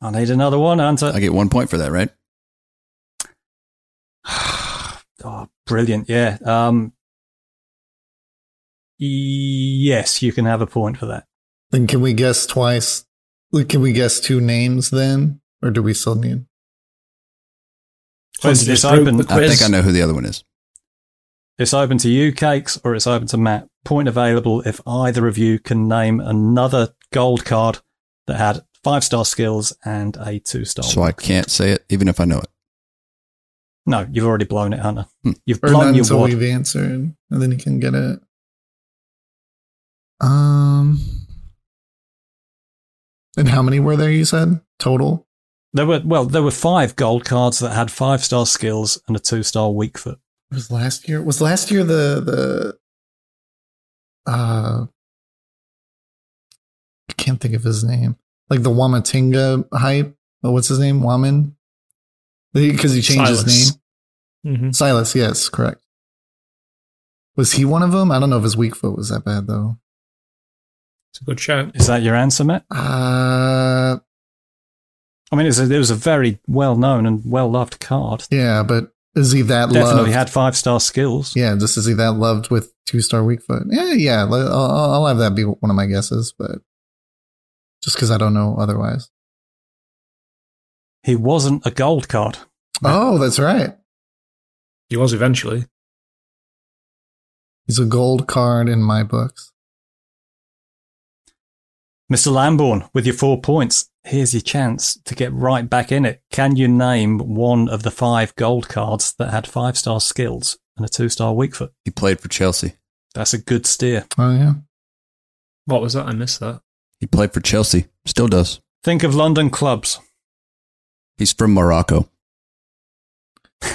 [SPEAKER 2] I need another one, Hunter.
[SPEAKER 3] I get one point for that, right?
[SPEAKER 2] Oh, brilliant. Yeah. Um, yes, you can have a point for that.
[SPEAKER 4] Then can we guess twice? Can we guess two names then, or do we still need?
[SPEAKER 2] Hunter,
[SPEAKER 5] just
[SPEAKER 2] it's
[SPEAKER 5] broke
[SPEAKER 2] open.
[SPEAKER 5] the
[SPEAKER 3] I
[SPEAKER 5] quiz.
[SPEAKER 3] think I know who the other one is.
[SPEAKER 2] It's open to you, Cakes, or it's open to Matt. Point available if either of you can name another gold card that had five star skills and a two star.
[SPEAKER 3] So I can't say it, even if I know it.
[SPEAKER 2] No, you've already blown it, Hunter.
[SPEAKER 3] Hmm.
[SPEAKER 2] You've
[SPEAKER 4] Or not
[SPEAKER 2] blown your
[SPEAKER 4] until
[SPEAKER 2] wad.
[SPEAKER 4] we've answered, and then you can get it. Um, and how many were there? You said total.
[SPEAKER 2] There were well, there were five gold cards that had five star skills and a two star weak foot.
[SPEAKER 4] Was last year? Was last year the the? Uh, I can't think of his name. Like the Wamatinga hype. Oh, what's his name? Waman. Because he changed his
[SPEAKER 5] Silas.
[SPEAKER 4] name.
[SPEAKER 5] Mm-hmm.
[SPEAKER 4] Silas. Yes, correct. Was he one of them? I don't know if his weak foot was that bad though.
[SPEAKER 5] It's a good shout.
[SPEAKER 2] Is that your answer, Matt?
[SPEAKER 4] Uh,
[SPEAKER 2] I mean, it was a, it was a very well known and well loved card.
[SPEAKER 4] yeah, but is he that
[SPEAKER 2] Definitely
[SPEAKER 4] loved?
[SPEAKER 2] had five star skills.
[SPEAKER 4] yeah, just is he that loved with two star weak foot? Yeah, yeah. le- I'll, I'll I'll have that be one of my guesses, but just because I don't know otherwise.
[SPEAKER 2] He wasn't a gold card.
[SPEAKER 4] Oh, that's right.
[SPEAKER 5] He was eventually.
[SPEAKER 4] He's a gold card in my books.
[SPEAKER 2] Mr. Lamborn, with your four points, here's your chance to get right back in it. Can you name one of the five gold cards that had five star skills and a two star weak foot?
[SPEAKER 3] He played for Chelsea.
[SPEAKER 2] That's a good steer.
[SPEAKER 4] Oh yeah,
[SPEAKER 5] What was that? I missed that.
[SPEAKER 3] He played for Chelsea. Still does.
[SPEAKER 2] Think of London clubs.
[SPEAKER 3] He's from Morocco.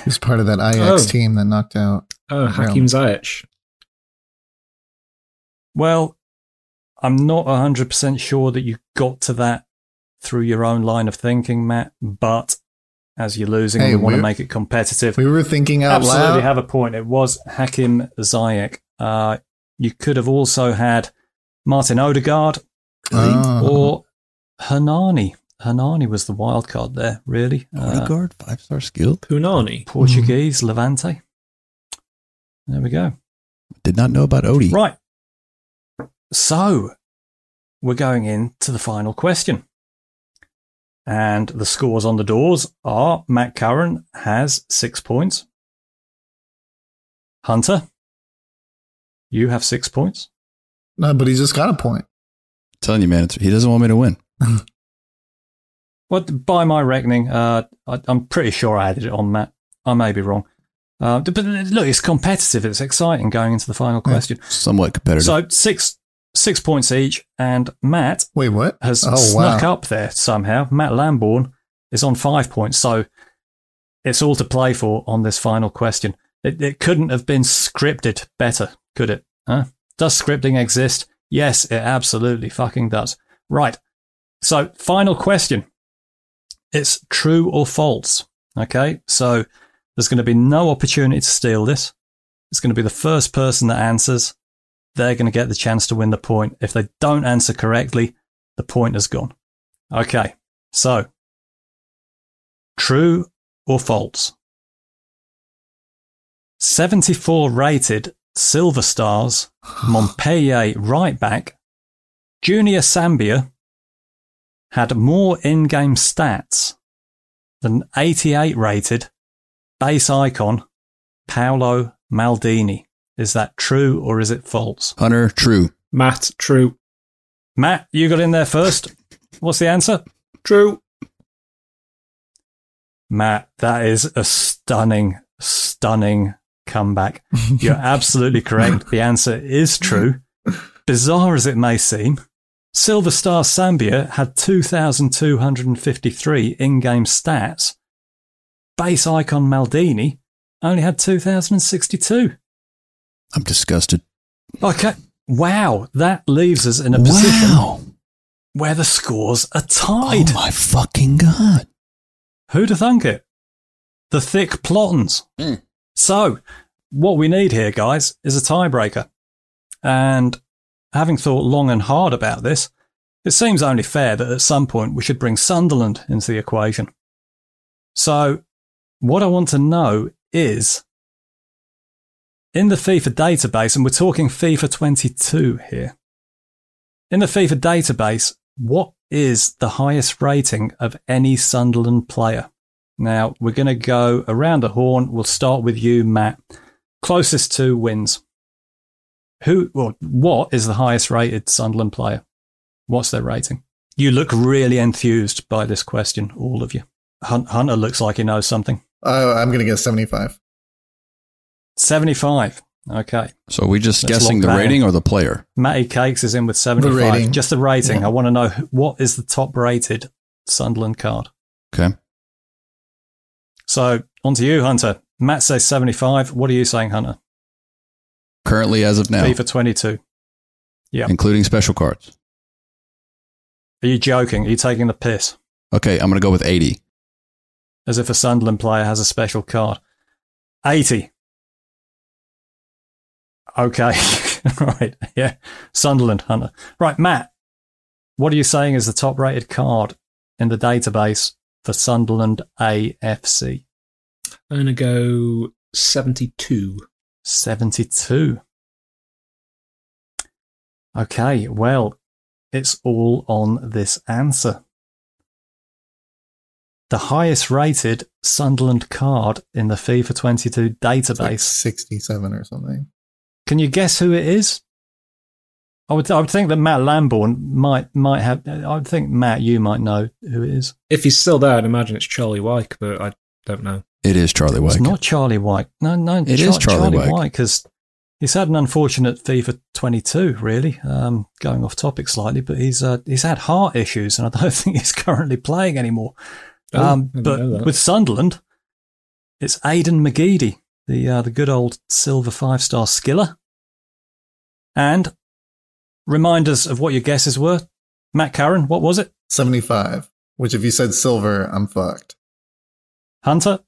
[SPEAKER 4] he's part of that IX
[SPEAKER 5] Oh.
[SPEAKER 4] team that knocked out.
[SPEAKER 5] Oh,
[SPEAKER 4] Yeah.
[SPEAKER 5] Hakim Ziyech.
[SPEAKER 2] Well, I'm not 100% sure that you got to that through your own line of thinking, Matt, but as you're losing,
[SPEAKER 4] Hey,
[SPEAKER 2] we want to
[SPEAKER 4] we're-
[SPEAKER 2] make it competitive.
[SPEAKER 4] We were thinking out
[SPEAKER 2] Absolutely
[SPEAKER 4] loud.
[SPEAKER 2] have a point. It was Hakim Ziyech. Uh, you could have also had Martin Odegaard
[SPEAKER 4] Oh.
[SPEAKER 2] or Hernani. Hernani was the wild card there, really. Uh,
[SPEAKER 3] Odegaard, five star skill.
[SPEAKER 5] Punani.
[SPEAKER 2] Portuguese, Levante. There we go.
[SPEAKER 3] Did not know about Odie.
[SPEAKER 2] Right. So we're going in to the final question. And the scores on the doors are Matt Curran has six points. Hunter, you have six points.
[SPEAKER 4] no, but he just got a point.
[SPEAKER 3] telling you, man, it's, he doesn't want me to win.
[SPEAKER 2] Well, by my reckoning, uh, I, I'm pretty sure I added it on, Matt. I may be wrong. Uh, but look, it's competitive. It's exciting going into the final question.
[SPEAKER 3] Somewhat competitive.
[SPEAKER 2] So six six points each, and Matt
[SPEAKER 4] Wait, what?
[SPEAKER 2] has
[SPEAKER 4] oh wow.
[SPEAKER 2] snuck up there somehow. Matt Lamborn is on five points, so it's all to play for on this final question. It, it couldn't have been scripted better, could it? Huh? Does scripting exist? Yes, it absolutely fucking does. Right. So, final question. It's true or false. Okay. So, there's going to be no opportunity to steal this. It's going to be the first person that answers. They're going to get the chance to win the point. If they don't answer correctly, the point is gone. Okay, so true or false? 74 rated Silver Stars, Montpellier right back, Junior Sambia had more in game stats than 88 rated base icon Paolo Maldini. Is that true or is it false?
[SPEAKER 3] Hunter, true.
[SPEAKER 5] Matt, true.
[SPEAKER 2] Matt, you got in there first. What's the answer?
[SPEAKER 5] True.
[SPEAKER 2] Matt, that is a stunning, stunning comeback. You're absolutely correct. The answer is true. Bizarre as it may seem, Silver Star Sambia had 2,253 in game stats, bass icon Maldini only had 2,062.
[SPEAKER 3] I'm disgusted.
[SPEAKER 2] Okay. uh, Wow. That leaves us in a position where the scores are tied.
[SPEAKER 3] Oh my fucking god.
[SPEAKER 2] Who'd have thunk it? The thick plottons. So, what we need here, guys, is a tiebreaker. And having thought long and hard about this, it seems only fair that at some point we should bring Sunderland into the equation. So, what I want to know is in the FIFA database, and we're talking FIFA 22 here, in the FIFA database, what is the highest rating of any Sunderland player? Now, we're going to go around the horn. We'll start with you, Matt. Closest to wins. Who, well, what is the highest rated Sunderland player? What's their rating? You look really enthused by this question, all of you. Hun- Hunter looks like he knows something.
[SPEAKER 4] Uh, I'm gonna get 75.
[SPEAKER 2] 75. Okay.
[SPEAKER 3] So are we just
[SPEAKER 2] Let's
[SPEAKER 3] guessing
[SPEAKER 2] lock
[SPEAKER 3] the
[SPEAKER 2] that in.
[SPEAKER 3] rating or the player?
[SPEAKER 2] Matty Cakes is in with 75.
[SPEAKER 4] rating.
[SPEAKER 2] Just the rating.
[SPEAKER 4] Yeah.
[SPEAKER 2] I want to know who- what is the top rated Sunderland card?
[SPEAKER 3] Okay.
[SPEAKER 2] So on to you, Hunter. Matt says 75. What are you saying, Hunter?
[SPEAKER 3] Currently as of now,
[SPEAKER 2] FIFA 22. Yeah.
[SPEAKER 3] including special cards.
[SPEAKER 2] Are you joking? Are you taking the piss?
[SPEAKER 3] Okay, I'm going to go with 80.
[SPEAKER 2] As if a Sunderland player has a special card. 80. Okay. right. Yeah. Sunderland, Hunter. Right, Matt. What are you saying is the top rated card in the database for Sunderland AFC?
[SPEAKER 5] I'm going to go 72.
[SPEAKER 2] 72. Okay, well, it's all on this answer. The highest rated Sunderland card in the FIFA 22
[SPEAKER 4] It's like
[SPEAKER 2] database.
[SPEAKER 4] 67 or something.
[SPEAKER 2] Can you guess who it is? I would, I would think that Matt Lamborn might, might have. I would think, Matt, you might know who it is.
[SPEAKER 5] If he's still there, I'd imagine it's Charlie Wyke, but I don't know.
[SPEAKER 3] It is Charlie White.
[SPEAKER 2] It's not Charlie White. No, no,
[SPEAKER 3] It is Charlie White.
[SPEAKER 2] because he's had an unfortunate FIFA 22. Really, um, going off topic slightly, but he's uh, he's had heart issues, and I don't think he's currently playing anymore.
[SPEAKER 5] Oh,
[SPEAKER 2] um,
[SPEAKER 5] I didn't
[SPEAKER 2] but
[SPEAKER 5] know that.
[SPEAKER 2] with Sunderland, it's Aidan McGeady, the uh, the good old silver five star skiller. And reminders of what your guesses were. Matt Curran, what was it?
[SPEAKER 4] 75. Which if you said silver, I'm fucked.
[SPEAKER 2] Hunter?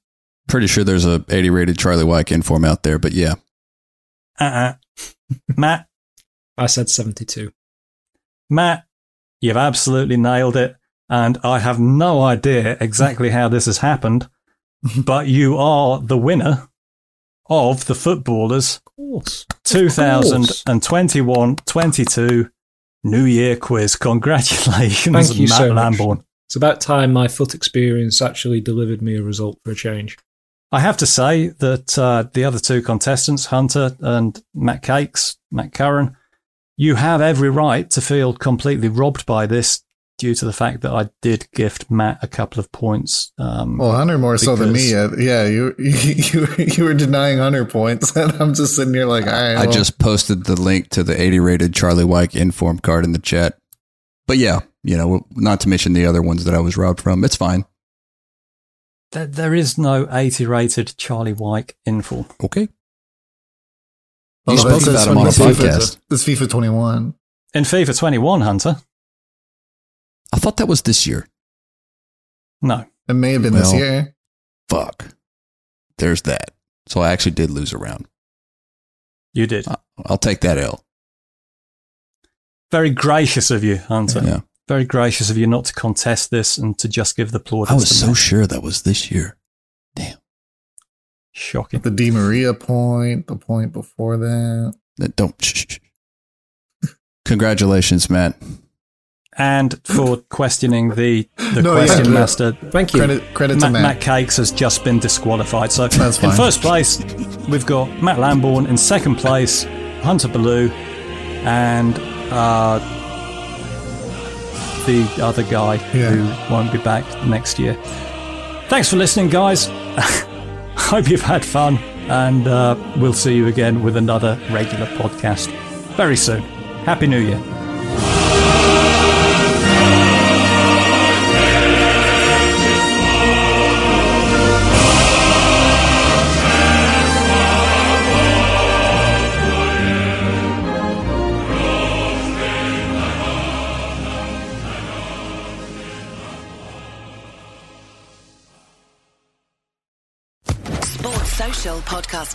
[SPEAKER 3] Pretty sure there's a 80 rated Charlie White inform out there, but yeah.
[SPEAKER 2] Uh uh Matt?
[SPEAKER 5] I said 72.
[SPEAKER 2] Matt, you've absolutely nailed it. And I have no idea exactly how this has happened, but you are the winner of the Footballers
[SPEAKER 5] Of course.
[SPEAKER 2] 2021 22 New Year quiz. Congratulations,
[SPEAKER 5] Thank you
[SPEAKER 2] Matt
[SPEAKER 5] so much.
[SPEAKER 2] Lamborn.
[SPEAKER 5] It's about time my foot experience actually delivered me a result for a change.
[SPEAKER 2] I have to say that uh, the other two contestants, Hunter and Matt Cakes, Matt Curran, you have every right to feel completely robbed by this due to the fact that I did gift Matt a couple of points. Um,
[SPEAKER 4] Well, Hunter more so than me. Uh, Yeah, you, you you you were denying Hunter points, and I'm just sitting here like, all right,
[SPEAKER 3] I
[SPEAKER 4] well,
[SPEAKER 3] just posted the link to the 80 rated Charlie White inform card in the chat. But yeah, you know, not to mention the other ones that I was robbed from. It's fine.
[SPEAKER 2] There, there is no 80 rated Charlie Wyke info.
[SPEAKER 3] Okay.
[SPEAKER 4] Well,
[SPEAKER 3] You spoke
[SPEAKER 4] that's-
[SPEAKER 3] about him on a
[SPEAKER 4] that's when the
[SPEAKER 3] podcast.
[SPEAKER 4] FIFA It's FIFA 21.
[SPEAKER 2] In FIFA 21, Hunter?
[SPEAKER 3] I thought that was this year.
[SPEAKER 2] No.
[SPEAKER 4] It may have been this
[SPEAKER 3] Well,
[SPEAKER 4] year.
[SPEAKER 3] Fuck. There's that. So I actually did lose a round.
[SPEAKER 2] You did.
[SPEAKER 3] I- I'll take that L.
[SPEAKER 2] Very gracious of you, Hunter.
[SPEAKER 3] Yeah.
[SPEAKER 2] Very gracious of you not to contest this and to just give the plaudits.
[SPEAKER 3] I was
[SPEAKER 2] to
[SPEAKER 3] so
[SPEAKER 2] Matt.
[SPEAKER 3] sure that was this year. Damn.
[SPEAKER 2] shocking.
[SPEAKER 4] The Di Maria point, the point before that.
[SPEAKER 3] That don't. Shh, shh, shh. Congratulations, Matt.
[SPEAKER 2] And for questioning the, the
[SPEAKER 4] No, yeah,
[SPEAKER 2] question
[SPEAKER 4] yeah.
[SPEAKER 2] master,
[SPEAKER 5] Thank you.
[SPEAKER 4] Credit credit
[SPEAKER 2] Matt,
[SPEAKER 4] to Matt.
[SPEAKER 2] Matt Cakes has just been disqualified. So
[SPEAKER 4] That's
[SPEAKER 2] in
[SPEAKER 4] fine.
[SPEAKER 2] first place, we've got Matt Lamborn. In second place, Hunter Ballou, and uh, the other guy
[SPEAKER 4] Yeah.
[SPEAKER 2] who won't be back next year. Thanks for listening, guys. Hope you've had fun, and uh, we'll see you again with another regular podcast very soon. Happy New Year.
[SPEAKER 7] Social Podcast